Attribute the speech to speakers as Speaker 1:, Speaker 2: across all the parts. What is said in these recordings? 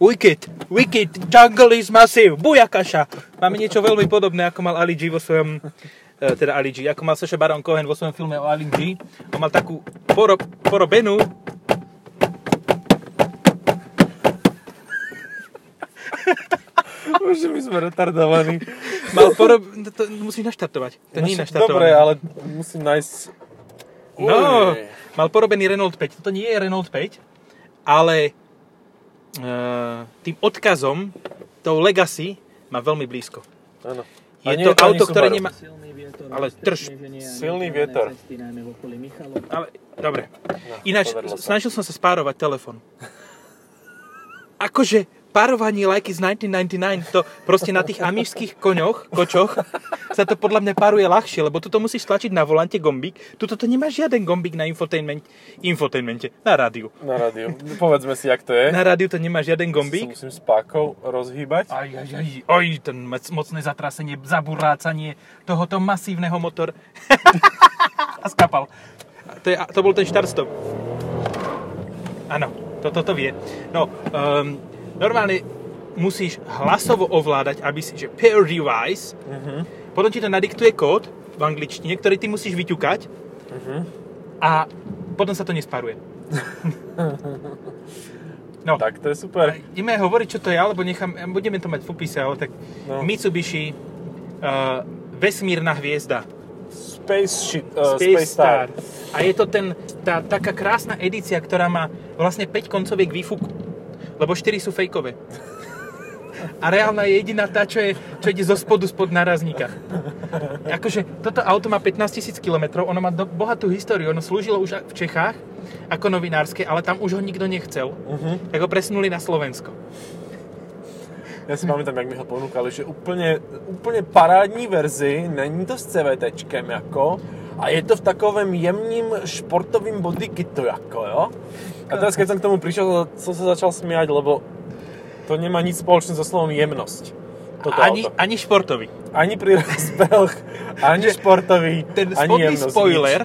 Speaker 1: Wicked, Wicked, Jungle is Massive, Bujakaša. Máme niečo veľmi podobné, ako mal Ali G vo svojom e, teda Ali G, ako mal Saša Baron Cohen vo svojom filme o Ali G. On mal takú poro, porobenú...
Speaker 2: Už my sme retardovaní.
Speaker 1: Mal porob... To, to musíš naštartovať. To nie je naštartované.
Speaker 2: Dobre, ale musím nájsť...
Speaker 1: No,
Speaker 2: Ujej.
Speaker 1: mal porobený Renault 5. Toto nie je Renault 5, ale e, tým odkazom, tou Legacy, má veľmi blízko.
Speaker 2: Áno.
Speaker 1: Je
Speaker 2: A nie
Speaker 1: to
Speaker 2: je to ani
Speaker 1: auto, ktoré
Speaker 2: Subaru.
Speaker 1: nemá...
Speaker 3: Silný vietor.
Speaker 1: Ale
Speaker 3: roztrhne
Speaker 1: drž.
Speaker 3: ženy a
Speaker 2: Silný
Speaker 3: neprávne
Speaker 2: vietor.
Speaker 3: cesty, najmä v okolí Michalov.
Speaker 1: Ale, dobre.
Speaker 2: No,
Speaker 1: Ináč,
Speaker 2: podarilo sa.
Speaker 1: snažil som sa spárovať telefon. Akože párovanie lajky z 1999, to proste na tých amišských koňoch, kočoch, sa to podľa mňa páruje ľahšie, lebo tuto musíš tlačiť na volante gombík, tuto to nemá žiaden gombík na infotainment, infotainmente, na rádiu.
Speaker 2: Na rádiu. Povedzme si, jak to je.
Speaker 1: Na rádiu to nemá žiaden gombík.
Speaker 2: Sa musím s pákou rozhýbať.
Speaker 1: Aj, aj, aj, aj, ten mec, mocné zatrasenie, zaburácanie tohoto masívneho motor. a skapal. A To, je, a to bol ten štart stop. Áno, to, toto vie. No, um, normálne musíš hlasovo ovládať, aby si, že pair device, potom ti to nadiktuje kód v angličtine, ktorý ty musíš vyťukať Mhm. a potom sa to nesparuje. no,
Speaker 2: Tak to je super.
Speaker 1: Ideme hovoriť, čo to je, alebo nechám, budeme to mať v popise, ale tak
Speaker 2: No.
Speaker 1: no. Mitsubishi, uh, vesmírna hviezda,
Speaker 2: Space shit, uh, Space, Space Star.
Speaker 1: A je to ten, tá taká krásna edícia, ktorá má vlastne 5 koncoviek výfuku, lebo 4 sú fejkové. A reálna je jediná tá, čo, je, čo ide zo spodu spod narazníka. Akože toto auto má 15 000 km, ono má do, bohatú históriu, ono slúžilo už v Čechách ako novinárske, ale tam už ho nikto nechcel. Uh-huh.
Speaker 2: Mhm.
Speaker 1: Tak ho presunuli na Slovensko.
Speaker 2: Ja si pamätám, jak mi ho ponúkali, že úplně úplně parádní verzi, není to s CVTčkem jako, a je to v takovém jemným športovým bodykitu jako, jo. A teraz, keď som k tomu prišiel, som sa začal smiať, lebo to nemá nič spoločné so slovom jemnosť. Toto
Speaker 1: Ani,
Speaker 2: auto.
Speaker 1: ani športový.
Speaker 2: ani pri rozpeloch, ani športový,
Speaker 1: Ten
Speaker 2: ani
Speaker 1: spodný
Speaker 2: jemnosť.
Speaker 1: spoiler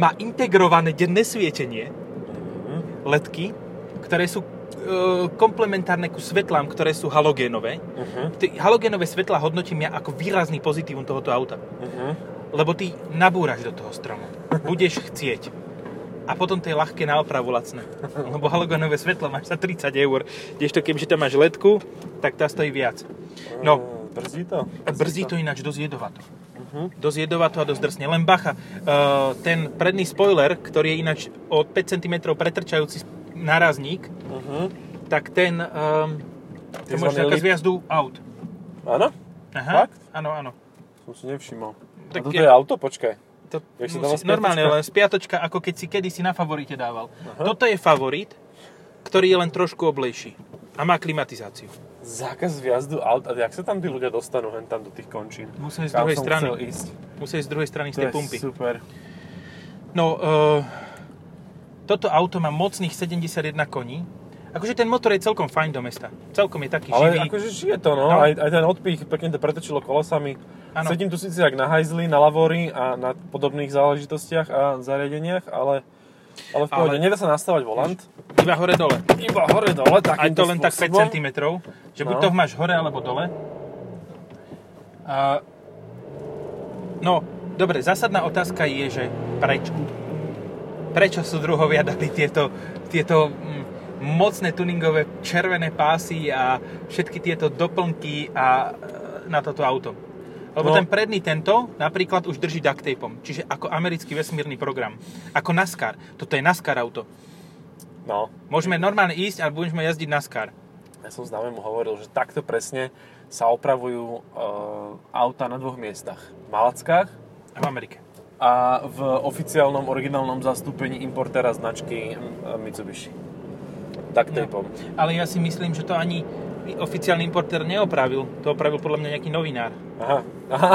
Speaker 1: má integrované denné svietenie,
Speaker 2: Mhm.
Speaker 1: ledky, ktoré sú e, komplementárne ku svetlám, ktoré sú halogénové.
Speaker 2: Uh-huh,
Speaker 1: Tie halogénové svetla hodnotím ja ako výrazný pozitívum tohoto auta,
Speaker 2: uh-huh.
Speaker 1: lebo ty nabúraš do toho stromu. Budeš chcieť. A potom to je ľahké na opravu lacné. Lebo halogénové svetlo máš za 30 eur, kdežto kebyže tam máš ledku, tak tá stojí viac. No,
Speaker 2: Eh, Brzdí to?
Speaker 1: Brzdí to ináč dosť jedovato. Uh-huh.
Speaker 2: Mhm.
Speaker 1: Dosť jedovato a dosť drsne. Len bacha, uh, ten predný spoiler, ktorý je ináč o 5 cm pretrčajúci narazník,
Speaker 2: Uh-huh.
Speaker 1: tak ten um, to
Speaker 2: Tzv.
Speaker 1: môžeš ako
Speaker 2: lip.
Speaker 1: zviazdu aut.
Speaker 2: Áno?
Speaker 1: Aha,
Speaker 2: Fakt?
Speaker 1: áno, áno.
Speaker 2: Som si nevšimol.
Speaker 1: Tak
Speaker 2: a toto
Speaker 1: je-
Speaker 2: je auto? Počkaj.
Speaker 1: To
Speaker 2: Jak sa dáva
Speaker 1: musí,
Speaker 2: spiatočka?
Speaker 1: normálne, len spiatočka, ako keď si kedysi na favorite dával. Aha. Toto je favorit, ktorý je len trošku oblejší a má klimatizáciu.
Speaker 2: Zákaz vjazdu aut. A jak sa tam tí ľudia dostanú hen tam do tých končín?
Speaker 1: Musím ísť z
Speaker 2: Kam
Speaker 1: druhej
Speaker 2: som
Speaker 1: strany.
Speaker 2: chcel ísť?
Speaker 1: Musí ísť z druhej strany
Speaker 2: To
Speaker 1: z tej
Speaker 2: je
Speaker 1: pumpy.
Speaker 2: super.
Speaker 1: No, uh, toto auto má mocných 71 koní. Akože ten motor je celkom fajn do mesta. Celkom je taký
Speaker 2: Ale
Speaker 1: živý.
Speaker 2: akože žije to, no.
Speaker 1: No.
Speaker 2: Aj, aj ten odpich, pekne to pretočilo kolosami.
Speaker 1: Áno.
Speaker 2: Sedím tu síce jak na hajzli, na lavory a na podobných záležitostiach a zariadeniach, ale, ale v
Speaker 1: Ale-
Speaker 2: pohode. Nedá sa nastavať volant.
Speaker 1: Iba hore-dole.
Speaker 2: Iba hore
Speaker 1: Aj
Speaker 2: dole,
Speaker 1: to
Speaker 2: takýmto
Speaker 1: len tak 5
Speaker 2: spôsobom.
Speaker 1: cm. Že buď
Speaker 2: No.
Speaker 1: to máš hore alebo dole. A, no, dobre, zásadná otázka je, že prečo? Prečo sú druhovia dali tieto, tieto mm, mocné tuningové červené pásy a všetky tieto doplnky a, e, na toto auto? Lebo
Speaker 2: No.
Speaker 1: no. ten predný tento napríklad už drží duct tapeom, čiže ako americký vesmírny program. Ako NASCAR. Toto je NASCAR auto.
Speaker 2: No,
Speaker 1: Môžeme normálne ísť, ale budeme jazdiť NASCAR.
Speaker 2: ja som známemu hovoril, že takto presne sa opravujú e, auta na dvoch miestach. V Malackách
Speaker 1: A v Amerike.
Speaker 2: a v oficiálnom, originálnom zastúpení importéra značky e, Mitsubishi.
Speaker 1: No.
Speaker 2: Tak typom.
Speaker 1: Ale ja si myslím, že to ani oficiálny importér neopravil. To opravil podľa mňa nejaký novinár.
Speaker 2: Aha. Aha.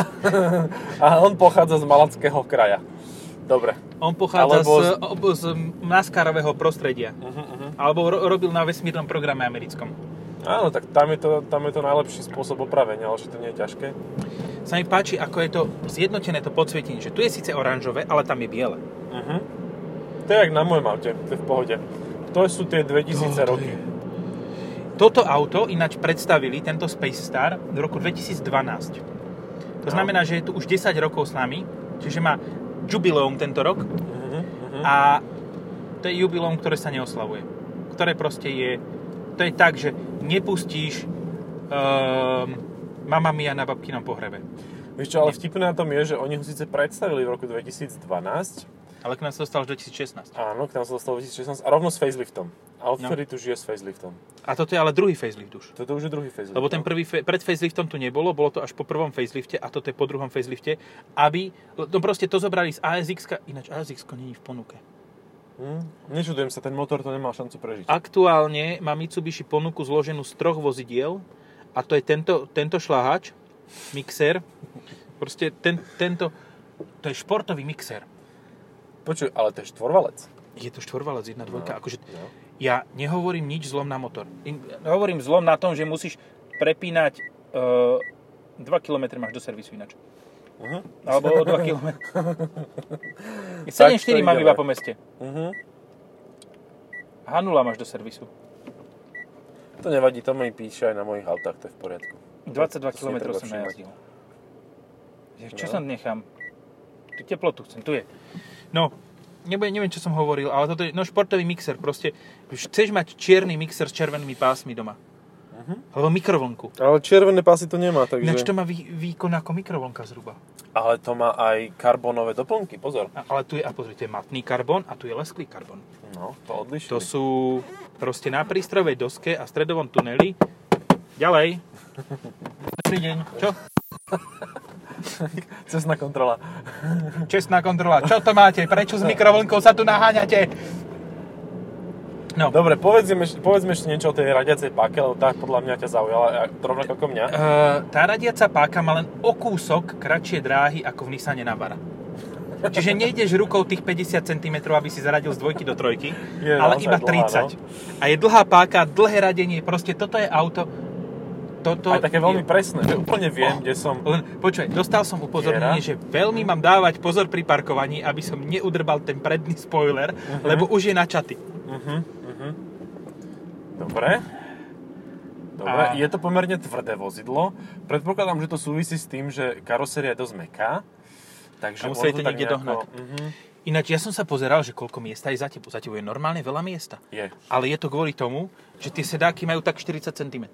Speaker 2: A on pochádza z Malackého kraja. Dobre.
Speaker 1: On pochádza
Speaker 2: Alebo
Speaker 1: Alebo... z, ob, z NASCARového prostredia.
Speaker 2: Uh-huh, uh-huh.
Speaker 1: Alebo ro, robil na vesmírnom programe americkom.
Speaker 2: Áno, tak tam je, to, tam je to najlepší spôsob opravenia, ale že to nie je ťažké.
Speaker 1: Sa mi páči, ako je to zjednotené to podsvietenie. Že tu je síce oranžové, ale tam je biele.
Speaker 2: Uh-huh. To je jak na mojom aute, to je v pohode. To sú tie 2000 roky.
Speaker 1: Toto auto ináč predstavili, tento Space Star, v roku 2012. To
Speaker 2: No.
Speaker 1: znamená, že je tu už 10 rokov s nami, čiže má jubileum tento rok
Speaker 2: Mhm, mhm.
Speaker 1: a to je jubileum, ktoré sa neoslavuje. Ktoré proste je, to je tak, že nepustíš um, mama mia na babkinom pohrebe.
Speaker 2: Vieš čo, ale vtipné na tom je, že oni ho síce predstavili v roku 2012,
Speaker 1: Ale k nás to dostal už 2016.
Speaker 2: áno, k nám sa dostalo 2016, a rovno s faceliftom. A
Speaker 1: No.
Speaker 2: odtedy tu žije s faceliftom.
Speaker 1: A toto je ale druhý facelift už.
Speaker 2: Toto už je druhý facelift.
Speaker 1: Lebo ten prvý, fe- pred faceliftom tu nebolo, bolo to až po prvom facelifte a toto je po druhom facelifte, aby, no proste to zobrali z ASX, ináč ASX není v ponuke.
Speaker 2: Hm? Nečudujem sa, ten motor to nemal šancu prežiť.
Speaker 1: Aktuálne má Mitsubishi ponuku zloženú z troch vozidiel a to je tento, tento šláhač, mixer, proste ten, tento, to je športový mixer.
Speaker 2: Počuj, ale to je štvorvalec.
Speaker 1: Je to štvorvalec, jedna dvojka, akože
Speaker 2: No.
Speaker 1: ja nehovorím nič zlom na motor. In- Hovorím zlom na tom, že musíš prepínať, 2 km máš do servisu ináč.
Speaker 2: Uh-huh.
Speaker 1: Alebo o 2 km. 7,4
Speaker 2: to
Speaker 1: mám
Speaker 2: ide
Speaker 1: iba
Speaker 2: len.
Speaker 1: po meste.
Speaker 2: Uh-huh.
Speaker 1: H0 máš do servisu.
Speaker 2: To nevadí, to mi píše aj na mojich autách, to je v poriadku.
Speaker 1: 22
Speaker 2: To si
Speaker 1: km
Speaker 2: netreba
Speaker 1: som
Speaker 2: všímať.
Speaker 1: najazdil. Ja, Čo
Speaker 2: No.
Speaker 1: sa nechám? Tu teplotu chcem, tu je. No, nebude, neviem, čo som hovoril, ale toto je no, športový mixer. Proste, už chceš mať čierny mixer s červenými pásmi doma.
Speaker 2: Mhm.
Speaker 1: Alebo mikrovlnku.
Speaker 2: Ale červené pásy to nemá, takže...
Speaker 1: Ináč to má vý, výkon ako mikrovlnka zhruba.
Speaker 2: Ale to má aj karbonové doplnky, pozor.
Speaker 1: A, ale tu je, a pozrite, matný karbon a tu je lesklý karbon.
Speaker 2: No, to odlišili.
Speaker 1: To sú proste na prístrojovej doske a stredovom tuneli. Ďalej. Dobrý deň. Čo?
Speaker 2: Cestná kontrola.
Speaker 1: Čestná kontrola. Čo to máte? Prečo s mikrovlnkou sa tu naháňate? No.
Speaker 2: Dobre, povedzme, povedzme ešte niečo o tej radiacej páke, lebo tá podľa mňa ťa zaujala, a to rovnako ako mňa.
Speaker 1: Uh, tá radiaca páka má len o kúsok kratšie dráhy ako v Nissane Navara. Čiže nejdeš rukou tých 50 cm, aby si zaradil z dvojky do trojky,
Speaker 2: Je
Speaker 1: ale
Speaker 2: naozaj
Speaker 1: iba
Speaker 2: dlhá, no.
Speaker 1: 30. A je dlhá páka, dlhé radenie, proste toto je auto. Toto
Speaker 2: Aj také
Speaker 1: No,
Speaker 2: veľmi
Speaker 1: je-
Speaker 2: presné, že úplne viem,
Speaker 1: Oh.
Speaker 2: kde som.
Speaker 1: Len počkaj, dostal som upozornenie,
Speaker 2: Viera?
Speaker 1: že veľmi mám dávať pozor pri parkovaní, aby som neudrbal ten predný spoiler,
Speaker 2: Mhm.
Speaker 1: lebo už je načatý.
Speaker 2: Uh-huh, uh-huh. Dobre. Dobre,
Speaker 1: A-
Speaker 2: je to pomerne tvrdé vozidlo. Predpokladám, že to súvisí s tým, že karoséria je dosť meká.
Speaker 1: A
Speaker 2: Takže
Speaker 1: museli to niekde dohnať.
Speaker 2: Uh-huh,
Speaker 1: Ináč, ja som sa pozeral, že koľko miesta je za tebou. Za tebou je normálne veľa miesta.
Speaker 2: je,
Speaker 1: Ale je to kvôli tomu, že tie sedáky majú tak 40 cm.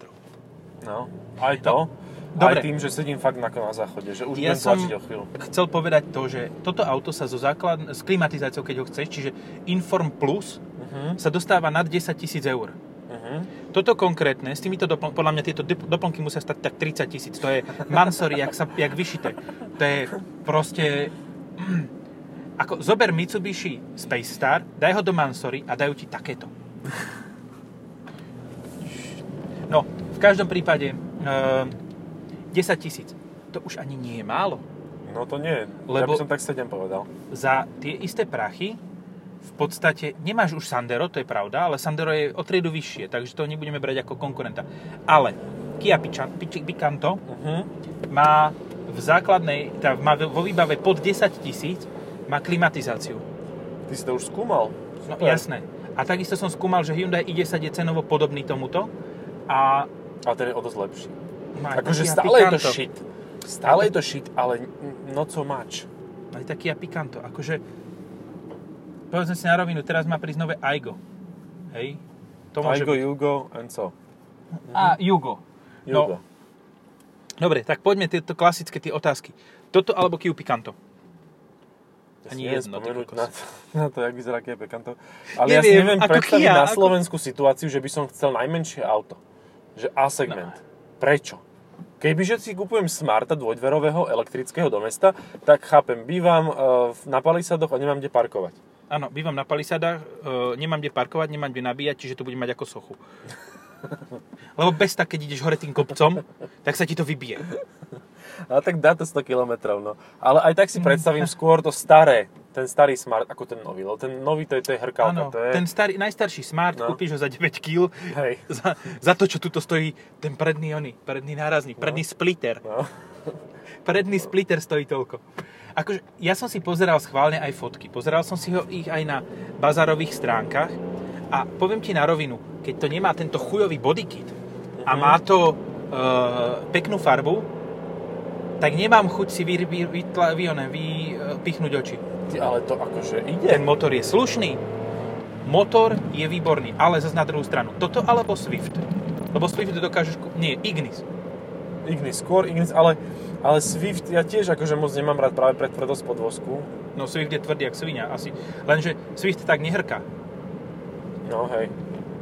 Speaker 2: no. Aj to.
Speaker 1: Dobre.
Speaker 2: Aj tým, že sedím fakt na, na záchode, že už
Speaker 1: Ja
Speaker 2: budem
Speaker 1: som-
Speaker 2: tlačiť o chvíľu.
Speaker 1: Chcel povedať to, že toto auto sa zo základ... s klimatizáciou, keď ho chceš, čiže Inform Plus,
Speaker 2: Uh-huh,
Speaker 1: sa dostáva nad 10 tisíc eur.
Speaker 2: uh-huh.
Speaker 1: Toto konkrétne, s týmito doplnkami, podľa mňa tieto dip- doplnky musia stať tak 30 tisíc. To je mansory, jak, sa, jak vyšité. To je proste... mm, Ako, zober Mitsubishi Space Star, daj ho do mansory a dajú ti takéto. No, v každom prípade ehm, 10 tisíc. To už ani nie je málo.
Speaker 2: No to nie, ja
Speaker 1: Lebo-
Speaker 2: by som tak 7 povedal.
Speaker 1: Za tie isté prachy v podstate nemáš už Sandero, to je pravda, ale Sandero je o triedu vyššie, takže to nebudeme brať ako konkurenta. Ale Kia Pica- Pic- Picanto
Speaker 2: Uh-huh.
Speaker 1: má v základnej, tá, má vo výbave pod 10 tisíc, má klimatizáciu.
Speaker 2: Ty si to už skúmal.
Speaker 1: No
Speaker 2: Super.
Speaker 1: jasné. A takisto som skúmal, že Hyundai i10 je cenovo podobný tomuto a
Speaker 2: Ale ten je o dosť lepší.
Speaker 1: má
Speaker 2: Akože
Speaker 1: Kia
Speaker 2: stále je to
Speaker 1: Picanto.
Speaker 2: shit. Stále je to shit, ale no not so much.
Speaker 1: Aj taký a pikanto. Akože, povedzme si na rovinu, teraz má prísť nové Aigo. Hej? To môže
Speaker 2: Aigo,
Speaker 1: byť.
Speaker 2: Jugo and so.
Speaker 1: A Jugo.
Speaker 2: Jugo.
Speaker 1: No, dobre, tak poďme tieto klasické tie otázky. Toto alebo Kia Picanto?
Speaker 2: Ja
Speaker 1: ani
Speaker 2: si neviem
Speaker 1: jedno, ty
Speaker 2: spomenúť
Speaker 1: kokos.
Speaker 2: na to, na to, jak vyzerá Kia Picanto. Ale ja si
Speaker 1: Neviem,
Speaker 2: neviem
Speaker 1: ako
Speaker 2: predstaviť
Speaker 1: Kia,
Speaker 2: na
Speaker 1: ako-
Speaker 2: slovenskú situáciu, že by som chcel najmenšie auto. Že A segment. Prečo? Kebyže si kupujem Smarta dvojdverového elektrického do mesta, tak chápem, bývam e, v- na palisadoch a nemám kde parkovať.
Speaker 1: Áno, bývam na palisadách, e, nemám kde parkovať, nemám kde nabíjať, čiže to budem mať ako sochu. Lebo bez tak, keď ideš hore tým kopcom, tak sa ti to vybije.
Speaker 2: Ale tak dá to 100 km, no. Ale aj tak si
Speaker 1: Mm.
Speaker 2: predstavím skôr to staré, ten starý Smart, ako ten nový. Lebo ten nový to je, to je hrkalka.
Speaker 1: Áno,
Speaker 2: to je...
Speaker 1: ten starý, najstarší Smart,
Speaker 2: No.
Speaker 1: kúpiš ho za 9 kg,
Speaker 2: Hej.
Speaker 1: za, za to, čo tuto stojí ten predný oný, predný nárazník, predný splitter.
Speaker 2: No.
Speaker 1: Predný splitter stojí toľko. Akože, ja som si pozeral schválne aj fotky. Pozeral som si ho ich aj na bazarových stránkach a poviem ti na rovinu, keď to nemá tento chujový bodykit a má to e, peknú farbu, tak nemám chuť si vy, vy, vytla, vy, onem, vypichnúť oči.
Speaker 2: Ty, ale to akože ide.
Speaker 1: Ten motor je slušný, motor je výborný, ale zase na druhú stranu. Toto alebo Swift. Lebo Swift dokážeš... kú- Nie, Ignis.
Speaker 2: Ignis skôr, Ignis, ale, ale Swift ja tiež akože moc nemám rád práve pre tvrdosť podvozku.
Speaker 1: No Swift je tvrdý jak svinia asi. Lenže Swift tak nehrká.
Speaker 2: No hej.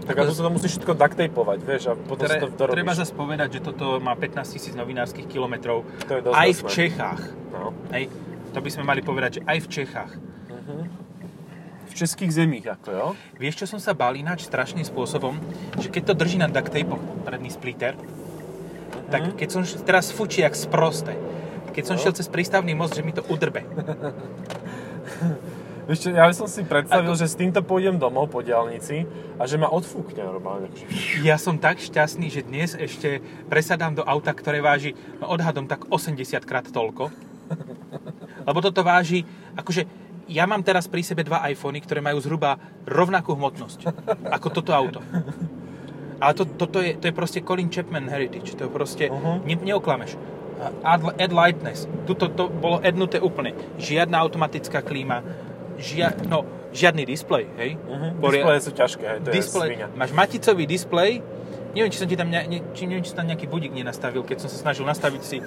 Speaker 2: Tak a to sa to musíš všetko ducktapovať, vieš, a potom si
Speaker 1: Tre,
Speaker 2: to dorobíš.
Speaker 1: treba zase povedať, že toto má 15 tisíc novinárskych kilometrov.
Speaker 2: To je dosť
Speaker 1: Aj v
Speaker 2: dosť, ne?
Speaker 1: Čechách.
Speaker 2: No.
Speaker 1: Hej, to by sme mali povedať, že aj v Čechách.
Speaker 2: V českých zemích, ako jo?
Speaker 1: Vieš, čo som sa bál ináč strašným spôsobom? Že keď to drží na duct tape predný splitter, tak keď som š- teraz fučí jak sproste. Keď som
Speaker 2: Mhm. No.
Speaker 1: šiel cez prístavný most, že mi to udrbe.
Speaker 2: Vieš čo, ja som si predstavil,
Speaker 1: Ako-
Speaker 2: že s týmto pôjdem domov po diálnici a že ma odfúkne normálne. akože.
Speaker 1: Ja som tak šťastný, že dnes ešte presadám do auta, ktoré váži no odhadom tak 80 krát toľko. Lebo toto váži, akože ja mám teraz pri sebe dva iPhony, ktoré majú zhruba rovnakú hmotnosť ako toto auto. Ale to, toto je, to je proste Colin Chapman Heritage, to je proste,
Speaker 2: Mhm.
Speaker 1: uh-huh. ne, neoklameš. Ad, Ad Lightness, tuto to bolo ednuté úplne. Žiadna automatická klíma, žia, no, žiadny displej, hej?
Speaker 2: Mhm.
Speaker 1: Poria-
Speaker 2: Displeje sú ťažké, hej, to
Speaker 1: display,
Speaker 2: je svinia.
Speaker 1: máš maticový displej, neviem, či som ti tam, ne, ne- či, neviem, či som tam nejaký budík nenastavil, keď som sa snažil nastaviť si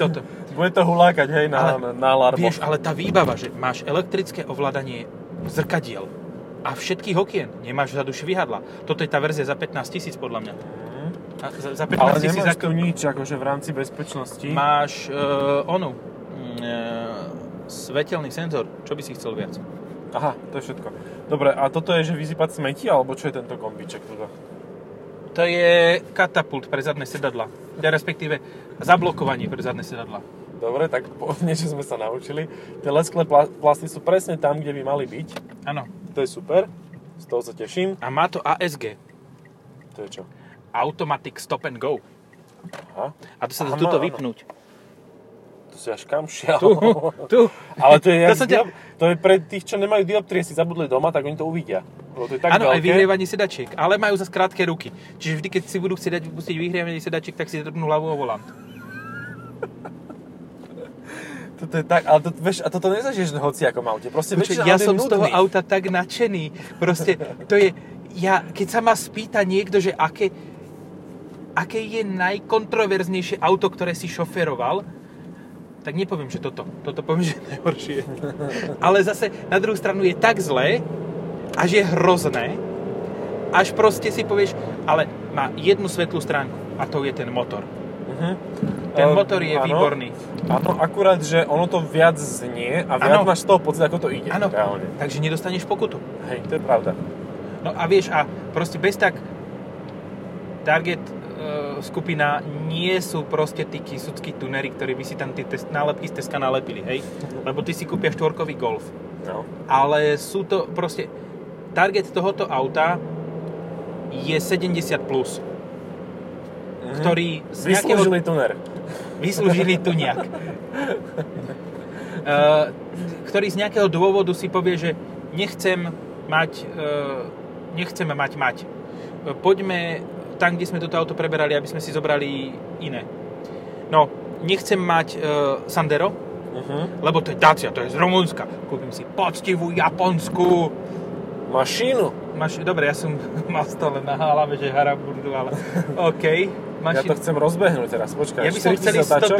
Speaker 1: toto.
Speaker 2: Bude to hulákať, hej,
Speaker 1: Ale
Speaker 2: na, na, na alarmoch.
Speaker 1: Vieš, ale tá výbava, že máš elektrické ovládanie zrkadiel a všetkých okien, nemáš vzadu švihadla. Toto je tá verzia za 15 tisíc, podľa mňa. A za, za 15
Speaker 2: ale
Speaker 1: tisíc
Speaker 2: nemáš
Speaker 1: za...
Speaker 2: tu nič, akože v rámci bezpečnosti.
Speaker 1: máš uh, onu, uh, svetelný senzor, čo by si chcel viac?
Speaker 2: Aha, to je všetko. Dobre, a toto je, že vysypať smeti, alebo čo je tento kombiček tuto?
Speaker 1: To je katapult pre zadné sedadla, teda respektíve zablokovanie pre zadné sedadla.
Speaker 2: Dobre, tak po, niečo sme sa naučili. Tie lesklé pla- plasty sú presne tam, kde by mali byť.
Speaker 1: Áno.
Speaker 2: To je super, z toho sa teším.
Speaker 1: A má to ASG,
Speaker 2: To je čo?
Speaker 1: Automatic Stop and Go.
Speaker 2: Aha,
Speaker 1: A to sa dá
Speaker 2: Áno,
Speaker 1: tuto
Speaker 2: áno.
Speaker 1: vypnúť.
Speaker 2: to si až kam šial.
Speaker 1: Tu, tu.
Speaker 2: Ale to
Speaker 1: To
Speaker 2: je, jak
Speaker 1: som
Speaker 2: to,
Speaker 1: ťa-
Speaker 2: diop, to je pre tých, čo nemajú dioptrie, si zabudli doma, tak oni to uvidia. Lebo to je tak
Speaker 1: Áno, aj
Speaker 2: veľké.
Speaker 1: vyhrievanie sedačiek, ale majú zase krátke ruky. Čiže vždy, keď si budú chcieť dať pustiť vyhrievanie sedačiek, tak si drbnú hlavu o volant.
Speaker 2: Toto je tak, ale to, vieš, a toto nezažiješ na hociakom aute. Proste
Speaker 1: Počuť,
Speaker 2: väčšina
Speaker 1: ja
Speaker 2: aut je
Speaker 1: som z toho
Speaker 2: nudných.
Speaker 1: auta tak nadšený. Proste, to je... Ja, keď sa ma spýta niekto, že aké, aké je najkontroverznejšie auto, ktoré si šoferoval, tak nepoviem, že toto. Toto poviem, že najhoršie. Ale zase na druhú stranu je tak zlé, až je hrozné, až proste si povieš, ale má jednu svetlú stránku a to je ten motor.
Speaker 2: Mhm.
Speaker 1: Ten
Speaker 2: Ehm,
Speaker 1: motor je
Speaker 2: áno.
Speaker 1: výborný.
Speaker 2: Áno, akurát, že ono to viac znie a
Speaker 1: Áno.
Speaker 2: viac máš z toho pocit, ako to ide.
Speaker 1: Áno,
Speaker 2: Reálne.
Speaker 1: takže nedostaneš pokutu.
Speaker 2: Hej, to je pravda.
Speaker 1: No a vieš, a proste bez tak target e, skupina nie sú proste tí kisuckí tunery, ktorí by si tam tie test, nálepky z Teska nalepili, hej? Lebo ty si kúpia štvorkový Golf.
Speaker 2: No.
Speaker 1: Ale sú to proste... Target tohoto auta je 70+, plus,
Speaker 2: Mhm.
Speaker 1: ktorý z nejakého
Speaker 2: Vyslúžili tuner.
Speaker 1: vyslúžili tu nejak. E, ktorý z nejakého dôvodu si povie, že nechcem mať, e, nechcem mať mať. E, Poďme tam, kde sme toto auto preberali, aby sme si zobrali iné. No, nechcem mať e, Sandero,
Speaker 2: Mhm.
Speaker 1: lebo to je Dacia, to je z Rumunska. Kúpim si poctivú japonskú.
Speaker 2: Mašínu.
Speaker 1: Maš, dobre, ja som mal stále na hlave, že haraburdu, ale OK.
Speaker 2: Ja
Speaker 1: Maši,
Speaker 2: to chcem rozbehnúť teraz, počkaj.
Speaker 1: ja by som
Speaker 2: 40
Speaker 1: chcel ísť
Speaker 2: zatáčok.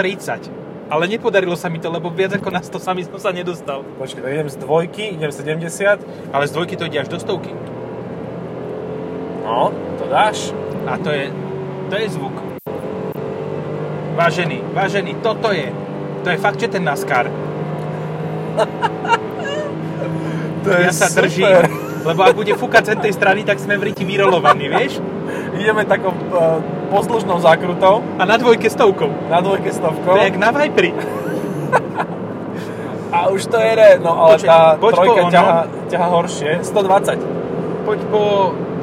Speaker 1: 130, ale nepodarilo sa mi to, lebo viac ako na 100 sami som sa nedostal.
Speaker 2: Počkaj, tak idem z dvojky, idem 70.
Speaker 1: Ale z dvojky to ide až do stovky.
Speaker 2: No, to dáš.
Speaker 1: A to je, to je zvuk. Vážený, vážený, toto je. To je fakt, že ten NASCAR.
Speaker 2: To
Speaker 1: ja sa
Speaker 2: super.
Speaker 1: držím, lebo ak bude fúkať z tej strany, tak sme v riti vyrolovaní, vieš?
Speaker 2: Ideme takou uh, poslušnou zákrutou,
Speaker 1: A na dvojke stovkou.
Speaker 2: na dvojke
Speaker 1: To
Speaker 2: stovkou.
Speaker 1: je jak na Viperi.
Speaker 2: A už to jede, no ale
Speaker 1: Počkaj,
Speaker 2: tá
Speaker 1: poď no. po
Speaker 2: trojka
Speaker 1: onom.
Speaker 2: ťaha, ťaha horšie. 120.
Speaker 1: Poď po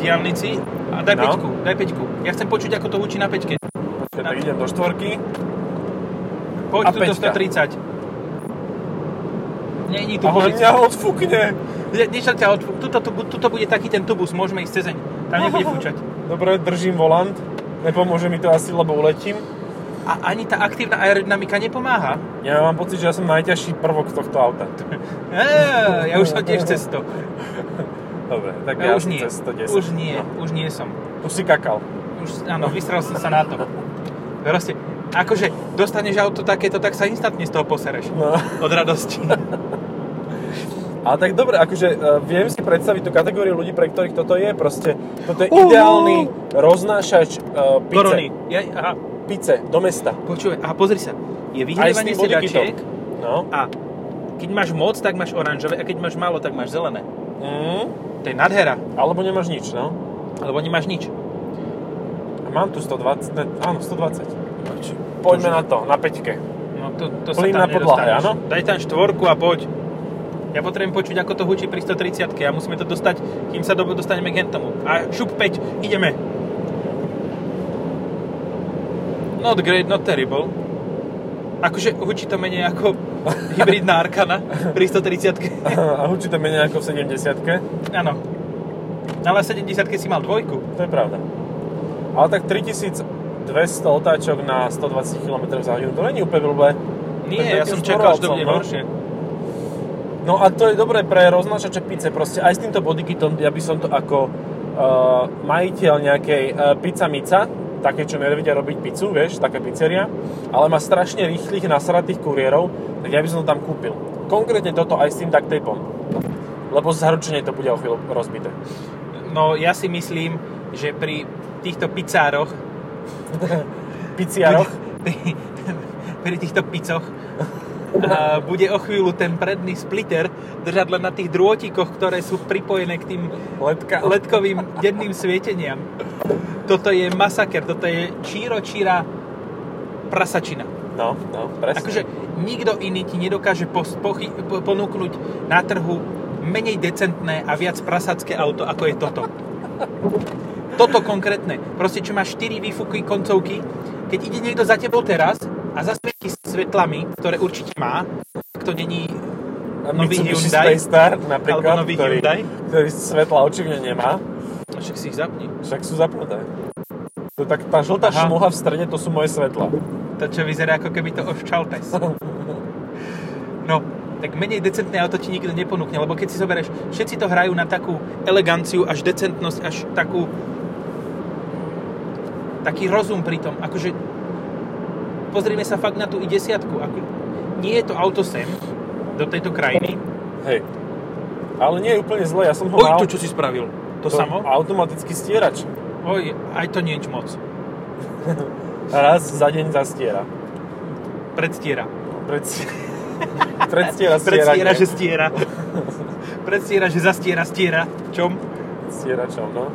Speaker 1: diálnici a daj
Speaker 2: No.
Speaker 1: peťku, daj peťku. Ja chcem počuť, ako to učí na peťke.
Speaker 2: Počkaj,
Speaker 1: Na-
Speaker 2: tak idem do štvorky.
Speaker 1: Poď
Speaker 2: A
Speaker 1: tu do
Speaker 2: peťka.
Speaker 1: 130. Není tu
Speaker 2: A on
Speaker 1: policia.
Speaker 2: mňa odfúkne.
Speaker 1: Nie, Niečo ťa odfú... tuto, tu- tuto, bude taký ten tubus, môžeme ísť cezeň. Tam nebude fučať.
Speaker 2: Dobre, držím volant. Nepomôže mi to asi, lebo uletím.
Speaker 1: A ani tá aktívna aerodynamika nepomáha.
Speaker 2: Ja mám pocit, že ja som najťažší prvok tohto auta.
Speaker 1: Á, ja už som tiež cez to.
Speaker 2: Dobre, tak
Speaker 1: Ja
Speaker 2: ja,
Speaker 1: už
Speaker 2: som
Speaker 1: nie,
Speaker 2: cez 110.
Speaker 1: už nie, už nie som.
Speaker 2: Tu si kakal.
Speaker 1: Už, áno, vystral som sa na to. Proste, akože dostaneš auto takéto, tak sa instantne z toho posereš.
Speaker 2: No.
Speaker 1: Od radosti.
Speaker 2: Ale tak dobre, akože uh, viem si predstaviť tú kategóriu ľudí, pre ktorých toto je. Proste, toto je
Speaker 1: Uhu.
Speaker 2: ideálny roznášač uh, pice,
Speaker 1: Korony. Ja, aha,
Speaker 2: pice do mesta.
Speaker 1: počuj, aha, pozri sa. Je
Speaker 2: Aj s
Speaker 1: vyhrievanie
Speaker 2: tým bodikitom.
Speaker 1: sedačiek
Speaker 2: No.
Speaker 1: a keď máš moc, tak máš oranžové a keď máš málo, tak máš zelené.
Speaker 2: Mm,
Speaker 1: To je nadhera,
Speaker 2: alebo nemáš nič, no.
Speaker 1: lebo nemáš nič.
Speaker 2: A mám tu 120, ne, áno, 120. Poďme na to, na peťke.
Speaker 1: No to, to
Speaker 2: Plyn
Speaker 1: sa tam
Speaker 2: na podlahe,
Speaker 1: nedostaneš.
Speaker 2: áno?
Speaker 1: Daj tam štvorku a poď. Ja potrebujem počuť, ako to hučí pri 130 a musíme to dostať, kým sa do, dostaneme k tomu. A šup 5, ideme. Not great, not terrible. Akože hučí to menej ako hybridná Arkana pri 130
Speaker 2: A hučí to menej ako v 70
Speaker 1: Áno. Ale v 70 si mal dvojku.
Speaker 2: to je pravda. Ale tak 3200 otáčok na 120 km za hodinu, to není úplne blbé. Tak
Speaker 1: Nie, ja
Speaker 2: takým
Speaker 1: som čakal, že to
Speaker 2: štvorvalcom,
Speaker 1: bude
Speaker 2: no.
Speaker 1: horšie.
Speaker 2: No a to je dobré pre roznášače pice, proste aj s týmto bodykitom, ja by som to ako uh, majiteľ nejakej uh, pizza mica, také, čo nevedia robiť pizzu, vieš, taká pizzeria, ale má strašne rýchlych nasratých kuriérov, tak ja by som to tam kúpil. Konkrétne toto aj s tým duct tapeom, lebo zaručenie to bude o chvíľu rozbité.
Speaker 1: No ja si myslím, že pri týchto picároch
Speaker 2: Piciaroch,
Speaker 1: pri, pri týchto picoch a bude o chvíľu ten predný splitter držať len na tých drôtikoch, ktoré sú pripojené k tým
Speaker 2: letka, let...
Speaker 1: ledkovým denným svieteniam. Toto je masaker, toto je číročíra prasačina.
Speaker 2: no, no, presne.
Speaker 1: Akože nikto iný ti nedokáže pos- pochy- po- ponúknuť na trhu menej decentné a viac prasacké auto, ako je toto. Toto konkrétne. Proste, čo máš 4 výfuky koncovky, keď ide niekto za tebou teraz a zasvieti svetlami, ktoré určite má, ak to není
Speaker 2: A
Speaker 1: nový
Speaker 2: Mitsubishi
Speaker 1: Hyundai,
Speaker 2: Space Star
Speaker 1: alebo
Speaker 2: napríklad,
Speaker 1: nový
Speaker 2: ktorý,
Speaker 1: Hyundai,
Speaker 2: ktorý svetla očivne nemá,
Speaker 1: však si ich zapni.
Speaker 2: však sú zapnuté. To tak tá žltá
Speaker 1: Aha.
Speaker 2: šmuha v strede, to sú moje svetla.
Speaker 1: To, čo vyzerá, ako keby to ovčal pes. No, tak menej decentné auto ti nikto neponúkne, lebo keď si zoberieš, všetci to hrajú na takú eleganciu, až decentnosť, až takú taký rozum pri tom. Akože pozrieme sa fakt na tú i desiatku. Ako, nie je to auto sem, do tejto krajiny.
Speaker 2: Hej. Ale nie je úplne zle, ja som ho
Speaker 1: Oj,
Speaker 2: mal...
Speaker 1: to čo si spravil? To, samo?
Speaker 2: Automatický stierač.
Speaker 1: Oj, aj to nieč moc.
Speaker 2: Raz za deň zastiera.
Speaker 1: Predstiera.
Speaker 2: Predstiera. Predstiera, stiera.
Speaker 1: Predstiera, že stiera. Predstiera, že zastiera, stiera. Čom?
Speaker 2: Stieračom, no.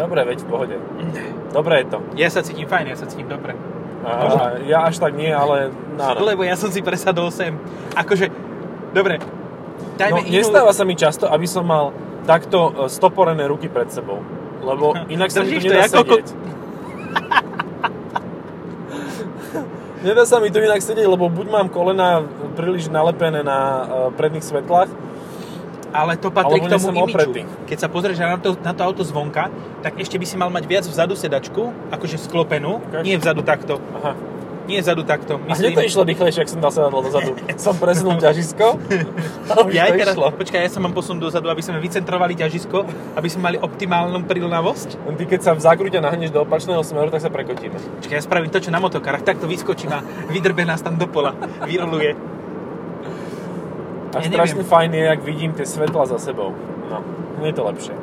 Speaker 2: Dobre, veď v pohode. Dobre je to.
Speaker 1: Ja sa cítim fajn, ja sa cítim dobre. Možno.
Speaker 2: A, ja až tak nie, ale... Áno.
Speaker 1: Lebo ja som si presadol sem. Akože, dobre,
Speaker 2: No,
Speaker 1: dajme inú...
Speaker 2: nestáva sa mi často, aby som mal takto e, stoporené ruky pred sebou. Lebo inak sa mi
Speaker 1: Držíš
Speaker 2: tu
Speaker 1: to
Speaker 2: nedá
Speaker 1: ako ko-
Speaker 2: sedieť. Nedá sa mi tu inak sedieť, lebo buď mám kolena príliš nalepené na e, predných svetlách,
Speaker 1: Ale to patrí k
Speaker 2: Alebo nie
Speaker 1: tomu
Speaker 2: som
Speaker 1: imidžu.
Speaker 2: opretý.
Speaker 1: Keď sa pozrieš na to, na to auto zvonka, tak ešte by si mal mať viac vzadu sedačku, akože sklopenú.
Speaker 2: Ukáž.
Speaker 1: Nie vzadu takto.
Speaker 2: Aha.
Speaker 1: Nie vzadu takto.
Speaker 2: A hneď to išlo rýchlejšie, ak som dal sedadlo dozadu. Som presunul ťažisko a už
Speaker 1: Ja
Speaker 2: to
Speaker 1: aj teraz,
Speaker 2: išlo.
Speaker 1: počkaj, ja sa mám posunúť dozadu, aby sme vycentrovali ťažisko, aby sme mali optimálnu prilnavosť.
Speaker 2: Len Ty keď sa v zákrute nahneš do opačného smeru, tak sa prekotíme.
Speaker 1: Počkaj, ja spravím to, čo na motokarách, takto vyskočím a vydrbe nás tam do pola, vyroluje.
Speaker 2: A
Speaker 1: Ja
Speaker 2: strašne
Speaker 1: neviem.
Speaker 2: fajn je, ak vidím tie svetla za sebou. No, nie je to lepšie.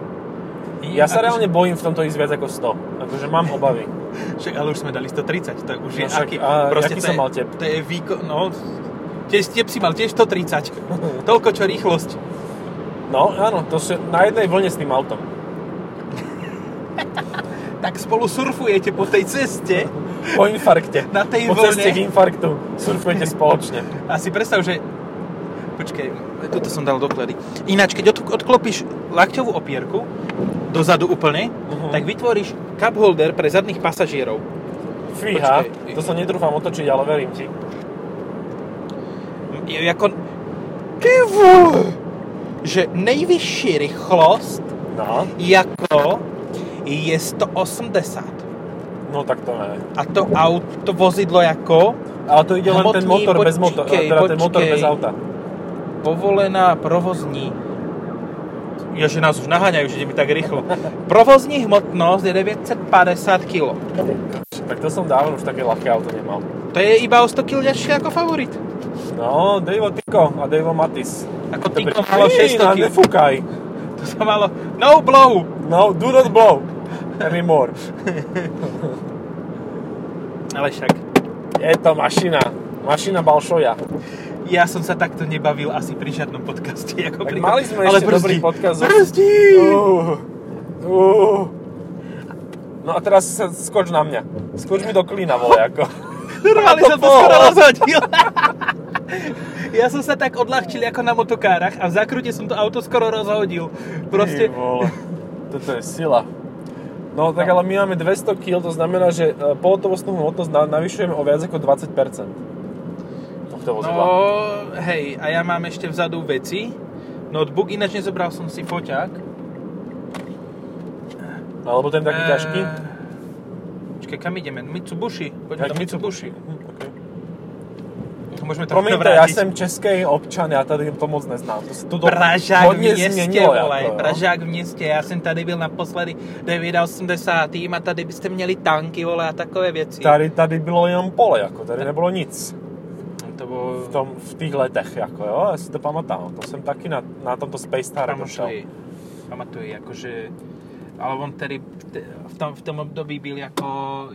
Speaker 2: Ja sa
Speaker 1: Akože-
Speaker 2: reálne bojím v tomto ísť viac ako 100. Akože mám obavy.
Speaker 1: Však, ale už sme dali 130, to už je
Speaker 2: No však,
Speaker 1: aký,
Speaker 2: a aký
Speaker 1: to
Speaker 2: som
Speaker 1: je-
Speaker 2: mal tep?
Speaker 1: To je výko, no, tiež tep si mal tiež 130, toľko čo rýchlosť.
Speaker 2: No, áno, to je na jednej vlne s tým autom.
Speaker 1: Tak spolu surfujete po tej ceste
Speaker 2: Po infarkte.
Speaker 1: Na tej
Speaker 2: po
Speaker 1: vlne.
Speaker 2: ceste k infarktu surfujete spoločne.
Speaker 1: a si predstav, že... Počkej, toto som dal do pledy. Ináč, keď od, odklopíš lakťovú opierku, dozadu úplne,
Speaker 2: Mhm.
Speaker 1: tak vytvoríš cup holder pre zadných pasažierov.
Speaker 2: Fíha,
Speaker 1: Počkej.
Speaker 2: to sa netrúfam otočiť, ale verím ti. Mhm.
Speaker 1: Je jako... Ty vole! Že nejvyšší rychlost
Speaker 2: No,
Speaker 1: jako je 180.
Speaker 2: no tak to ne.
Speaker 1: A to auto, vozidlo jako
Speaker 2: Ale to ide len ten
Speaker 1: Hmotný,
Speaker 2: motor bez motora,
Speaker 1: počkej,
Speaker 2: teda ten motor
Speaker 1: počkej.
Speaker 2: bez auta.
Speaker 1: povolená provozní Jo, že nás už naháňajú, že ideme tak rýchlo. Provozní hmotnosť je 950 kg.
Speaker 2: Tak to som dávno už také ľahké auto nemal.
Speaker 1: To je iba o 100 kg ťažšie ako favorit.
Speaker 2: No, Devo Tyko a Devo Matis.
Speaker 1: Ako
Speaker 2: To
Speaker 1: Tyko
Speaker 2: pri-
Speaker 1: malo
Speaker 2: Ej,
Speaker 1: 600
Speaker 2: na-
Speaker 1: kg.
Speaker 2: Nefúkaj.
Speaker 1: To sa malo... No blow!
Speaker 2: No, do not blow. Anymore.
Speaker 1: Ale však,
Speaker 2: Je to mašina. Mašina Balšoja.
Speaker 1: ja som sa takto nebavil asi pri žiadnom podcaste. Ako
Speaker 2: Tak
Speaker 1: pri
Speaker 2: mali
Speaker 1: tom.
Speaker 2: sme ešte dobrý podcast o-
Speaker 1: Brzdí!
Speaker 2: Uh, uh. No a teraz sa skoč na mňa. Skoč mi do klína, vole, ako.
Speaker 1: Normálne
Speaker 2: A to
Speaker 1: som to
Speaker 2: bolo.
Speaker 1: skoro rozhodil. ja som sa tak odľahčil ako na motokárach a v zakrute som to auto skoro rozhodil. Proste,
Speaker 2: Ty vole. Toto je sila. No tak ale my máme 200 kg, to znamená, že e, pohotovostnú hmotnosť na- navyšujeme o viac ako 20%. Tohto vozidla.
Speaker 1: no hej, a ja mám ešte vzadu veci. Notebook, ináč nezobral som si foťák. E,
Speaker 2: No, Alebo ten taký ťažký?
Speaker 1: Počkaj, kam ideme? Mitsubishi. Poďme
Speaker 2: Jak
Speaker 1: do Mitsubishi.
Speaker 2: Mitsubishi. Hm, Okay.
Speaker 1: Môžeme to
Speaker 2: Promiňte,
Speaker 1: vrátiť.
Speaker 2: ja som český občan, ja tady to moc neznám. To sa tu do...
Speaker 1: Pražák v
Speaker 2: hodne
Speaker 1: městě,
Speaker 2: změnilo,
Speaker 1: vole,
Speaker 2: jako, jo.
Speaker 1: Pražák v městě, já jsem tady byl naposledy 89. a tady byste měli tanky, vole, a takové věci.
Speaker 2: Tady, tady bylo jenom pole, jako, tady nebylo nic
Speaker 1: To bylo...
Speaker 2: v, tom, v tých letech, jako, jo, já si to pamatám, to jsem taky na, na tomto Space Star
Speaker 1: pamatuji, pamatuji, jakože... akože, Ale on tedy t- v tom, v tom období byl jako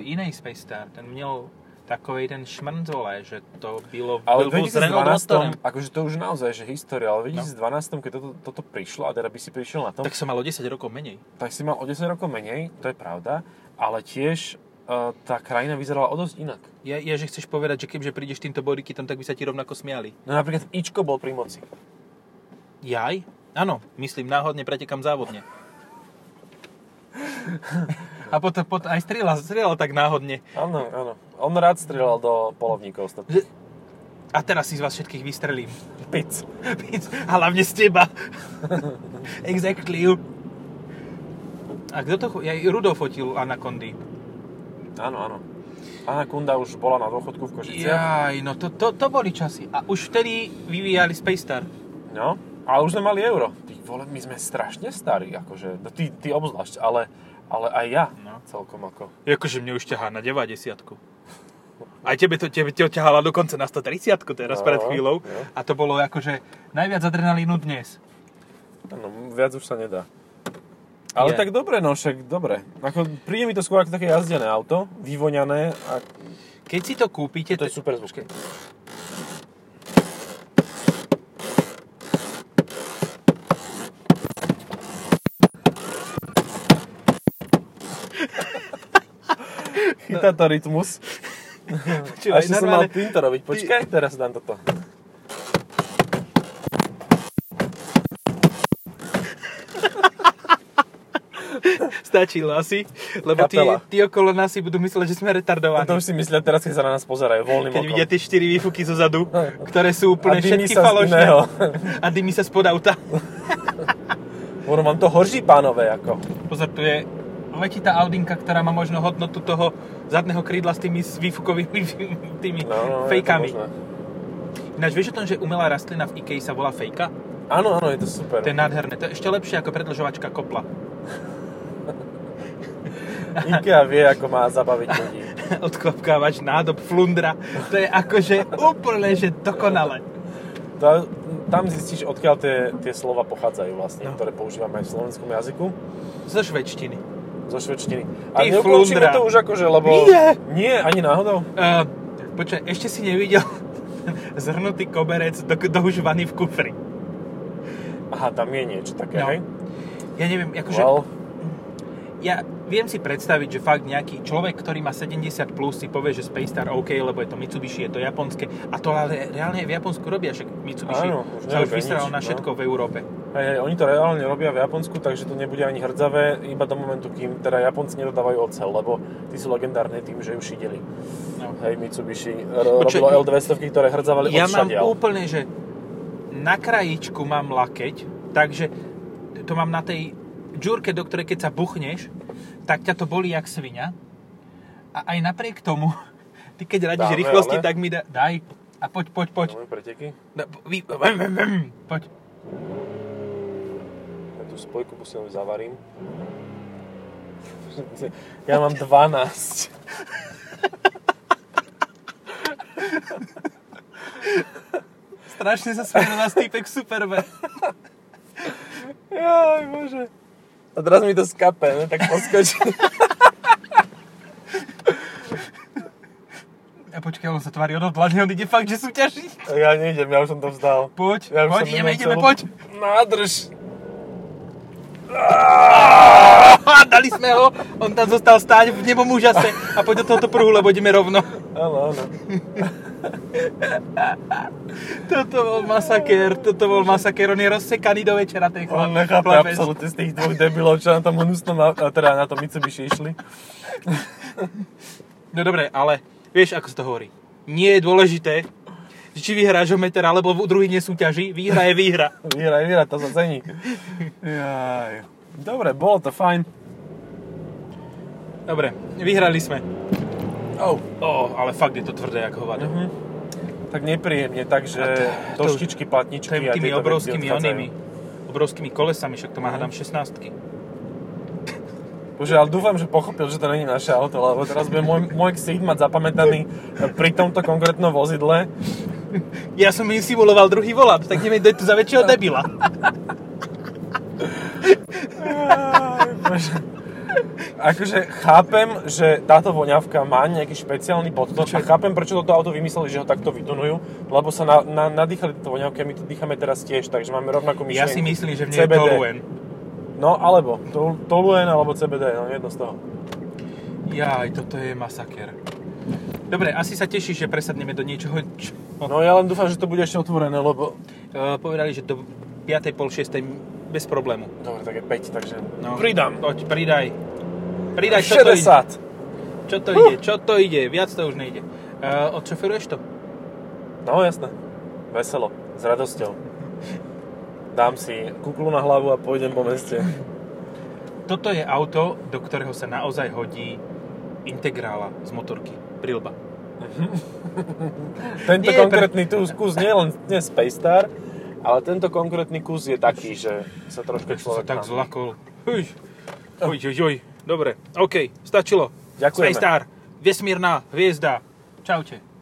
Speaker 1: jiný Space Star, ten měl takový ten šmrnc, vole, že to bylo,
Speaker 2: Ale
Speaker 1: byl
Speaker 2: v
Speaker 1: byl s Renault motorem. No.
Speaker 2: 2012, akože to už naozaj, že história, ale v 2012, keď toto, toto prišlo, a teda by si prišiel na tom,
Speaker 1: Tak jsem mal o 10 rokov menej.
Speaker 2: tak si mal o 10 rokov menej, to je pravda, ale tiež uh, tá krajina vyzerala o dosť inak.
Speaker 1: Je, je že chceš povedať, že keďže prídeš týmto bodykitom, tak by sa ti rovnako smiali.
Speaker 2: No napríklad Ičko bol pri moci.
Speaker 1: Jaj? Áno, myslím, náhodne pretekám závodne. A potom, potom aj strieľa, strieľa tak náhodne.
Speaker 2: Áno, áno. On rád strieľal do polovníkov ostatných.
Speaker 1: Že- A teraz si z vás všetkých vystrelím.
Speaker 2: Pic.
Speaker 1: Pic, A hlavne z teba. exactly. A kto to... cho- Ja, Rudo fotil Anakondy.
Speaker 2: Áno, áno. Anna Kunda už bola na dôchodku v Košiciach.
Speaker 1: Jaj, no to, to, to boli časy. A už vtedy vyvíjali Space Star.
Speaker 2: No, ale už sme mali euro. Ty vole, my sme strašne starí, akože, no ty, ty obzvlášť, ale, ale aj ja
Speaker 1: No.
Speaker 2: no. celkom ako.
Speaker 1: Jakože mne už ťahá na 90. Aj tebe to, tebe to ťahala dokonca na 130 teraz
Speaker 2: No,
Speaker 1: pred chvíľou.
Speaker 2: no.
Speaker 1: A to bolo akože najviac adrenalínu dnes.
Speaker 2: Áno, viac už sa nedá. Ale
Speaker 1: Je.
Speaker 2: tak dobre, no však dobre. Ako, príde mi to skôr ako také jazdené auto, vyvoňané a
Speaker 1: Keď si to kúpite...
Speaker 2: to je super zvuk.
Speaker 1: Počkej.
Speaker 2: Chytá to rytmus. A ešte som mal týmto robiť. Počkaj, teraz dám toto.
Speaker 1: Stačilo asi, lebo tí,
Speaker 2: Kapela.
Speaker 1: tí okolo nás si budú mysleť, že sme retardovaní.
Speaker 2: A to už si myslia teraz, keď sa na nás pozerajú voľným
Speaker 1: Keď
Speaker 2: okom.
Speaker 1: vidia tie štyri výfuky zo zadu, ktoré sú úplne
Speaker 2: No, A dymy
Speaker 1: všetky
Speaker 2: sa z
Speaker 1: falošné.
Speaker 2: iného.
Speaker 1: A dymy sa spod auta.
Speaker 2: Ono mám to horší pánové, ako.
Speaker 1: Pozor, tu je letitá Audinka, ktorá má možno hodnotu toho zadného krídla s tými s výfukovými tými
Speaker 2: No, no, no, je to
Speaker 1: fejkami.
Speaker 2: možné.
Speaker 1: Ináč vieš o tom, že umelá rastlina v Ikei sa volá fejka?
Speaker 2: Áno, áno, je to super.
Speaker 1: To je nádherné. To je ešte lepšie ako predlžovačka kopla.
Speaker 2: IKEA vie, ako má zabaviť ľudí.
Speaker 1: Odklapkávač, nádob, flundra. To je akože úplne, že dokonale.
Speaker 2: Tá, tam zistíš, odkiaľ tie, tie slova pochádzajú vlastne,
Speaker 1: No.
Speaker 2: no. ktoré používame aj v slovenskom jazyku,
Speaker 1: Zo švedštiny.
Speaker 2: zo švedštiny.
Speaker 1: Ty
Speaker 2: A neukončíme
Speaker 1: flundra.
Speaker 2: to už akože, lebo...
Speaker 1: Nie.
Speaker 2: Nie, ani náhodou.
Speaker 1: Uh, počkaj, ešte si nevidel zhrnutý koberec do, dohužvaný v kufri.
Speaker 2: Aha, tam je niečo také,
Speaker 1: No.
Speaker 2: hej?
Speaker 1: Ja neviem, akože...
Speaker 2: Well,
Speaker 1: ja viem si predstaviť, že fakt nejaký človek, ktorý má 70 plus, si povie, že Space Star OK, lebo je to Mitsubishi, je to japonské. A to ale reálne aj v Japonsku robia, však Mitsubishi
Speaker 2: Áno, už
Speaker 1: sa už
Speaker 2: nerobia
Speaker 1: vystralo
Speaker 2: nič,
Speaker 1: na
Speaker 2: no.
Speaker 1: všetko v Európe.
Speaker 2: hej, hej, E, oni to reálne robia v Japonsku, takže to nebude ani hrdzavé, iba do momentu, kým teda Japonci nedodávajú ocel, lebo tí sú legendárni tým, že ju šideli.
Speaker 1: No.
Speaker 2: Hej, Mitsubishi r-
Speaker 1: Počkaj,
Speaker 2: robilo L200, ktoré hrdzavali
Speaker 1: Ja mám
Speaker 2: odšadiaľ.
Speaker 1: úplne, že na krajičku mám lakeť, takže to mám na tej džúrke, do ktorej keď sa buchneš, tak ťa to bolí jak svinia. A aj napriek tomu, ty keď radíš
Speaker 2: Dáme,
Speaker 1: rýchlosti,
Speaker 2: ale.
Speaker 1: tak mi da, daj. A poď, poď, poď.
Speaker 2: Moje preteky.
Speaker 1: Da, vy, vem, vem, vem. Poď.
Speaker 2: Ja tú spojku posielom zavarím. Ja mám 12.
Speaker 1: Strašne sa smeje na nás týpek Superman.
Speaker 2: Jaj, bože. A teraz mi to skape, ne? tak poskočí.
Speaker 1: A E, počkaj, on sa tvári odhodlane, on ide fakt, že súťaží.
Speaker 2: ja nejdem, ja už som to vzdal.
Speaker 1: Poď,
Speaker 2: Ja
Speaker 1: poď,
Speaker 2: som
Speaker 1: ideme,
Speaker 2: minul
Speaker 1: ideme,
Speaker 2: celú
Speaker 1: poď.
Speaker 2: Nádrž.
Speaker 1: A dali sme ho, on tam zostal stáť v nebom úžase. A poď do tohoto pruhu, lebo ideme rovno.
Speaker 2: Áno, áno.
Speaker 1: Toto bol masakér, toto bol masakér, on je rozsekaný do večera, ten chlap.
Speaker 2: On nechápe
Speaker 1: chlapec.
Speaker 2: absolútne z tých dvoch debilov, čo na tom hnusnom, au- a teda na tom Mitsubishi išli.
Speaker 1: No dobre, ale vieš, ako sa to hovorí. Nie je dôležité, že či vyhráš o meter, alebo v druhý nesúťaží. Výhra je výhra.
Speaker 2: Vyhraj, vyhraj, to sa cení. Jaj. Dobre, bolo to fajn.
Speaker 1: Dobre, vyhrali sme.
Speaker 2: Oh.
Speaker 1: Ó, ale fakt je to tvrdé, ako hovado.
Speaker 2: Mhm. Tak nepríjemne, takže
Speaker 1: A to- to už-
Speaker 2: doštičky, platničky
Speaker 1: Tými,
Speaker 2: a
Speaker 1: tými
Speaker 2: tieto
Speaker 1: obrovskými
Speaker 2: veci odchádzajú.
Speaker 1: onými, obrovskými kolesami, však to má hádam 16
Speaker 2: Bože, ale dúfam, že pochopil, že to není naše auto, lebo teraz bude môj, môj ksík mať zapamätaný pri tomto konkrétnom vozidle.
Speaker 1: Ja som im simuloval druhý volant, tak neviem, kto je tu za väčšieho debila.
Speaker 2: Jaj, bože. Akože chápem, že táto voňavka má nejaký špeciálny podton a chápem, prečo toto auto vymysleli, že ho takto vytunujú, lebo sa na, na, nadýchali tieto voňavky a my to dýchame teraz tiež, takže máme rovnakú
Speaker 1: Ja
Speaker 2: myšlienku.
Speaker 1: si myslím, že v nej je
Speaker 2: CBD.
Speaker 1: toluen.
Speaker 2: No, alebo. Tol- Toluen alebo CBD, no jedno z toho.
Speaker 1: Jaj, toto je masaker. Dobre, asi sa tešíš, že presadneme do niečoho, čo...
Speaker 2: No ja len dúfam, že to bude ešte otvorené, lebo...
Speaker 1: E, povedali, že do 5. pol 6. bez problému.
Speaker 2: Dobre, tak je 5, takže... No,
Speaker 1: No.
Speaker 2: Pridám.
Speaker 1: Poď, pridaj. Pridaj, čo to ide?
Speaker 2: 60.
Speaker 1: Čo to ide? Čo to ide? Viac to už nejde. E, odšoferuješ to?
Speaker 2: No jasné. Veselo. S radosťou. Dám si kuklu na hlavu a pôjdem po meste.
Speaker 1: Toto je auto, do ktorého sa naozaj hodí integrála z motorky. Prilba.
Speaker 2: Tento
Speaker 1: Nie,
Speaker 2: nie, konkrétny tu kus nie len nie Space Star, ale tento konkrétny kus je taký, že sa trošku
Speaker 1: Tak som sa
Speaker 2: človek...
Speaker 1: tak
Speaker 2: nám-
Speaker 1: zlakol. Uj, uj, uj, uj. Dobre, OK, stačilo.
Speaker 2: Ďakujeme.
Speaker 1: Space Star, vesmírna hviezda. Čaute.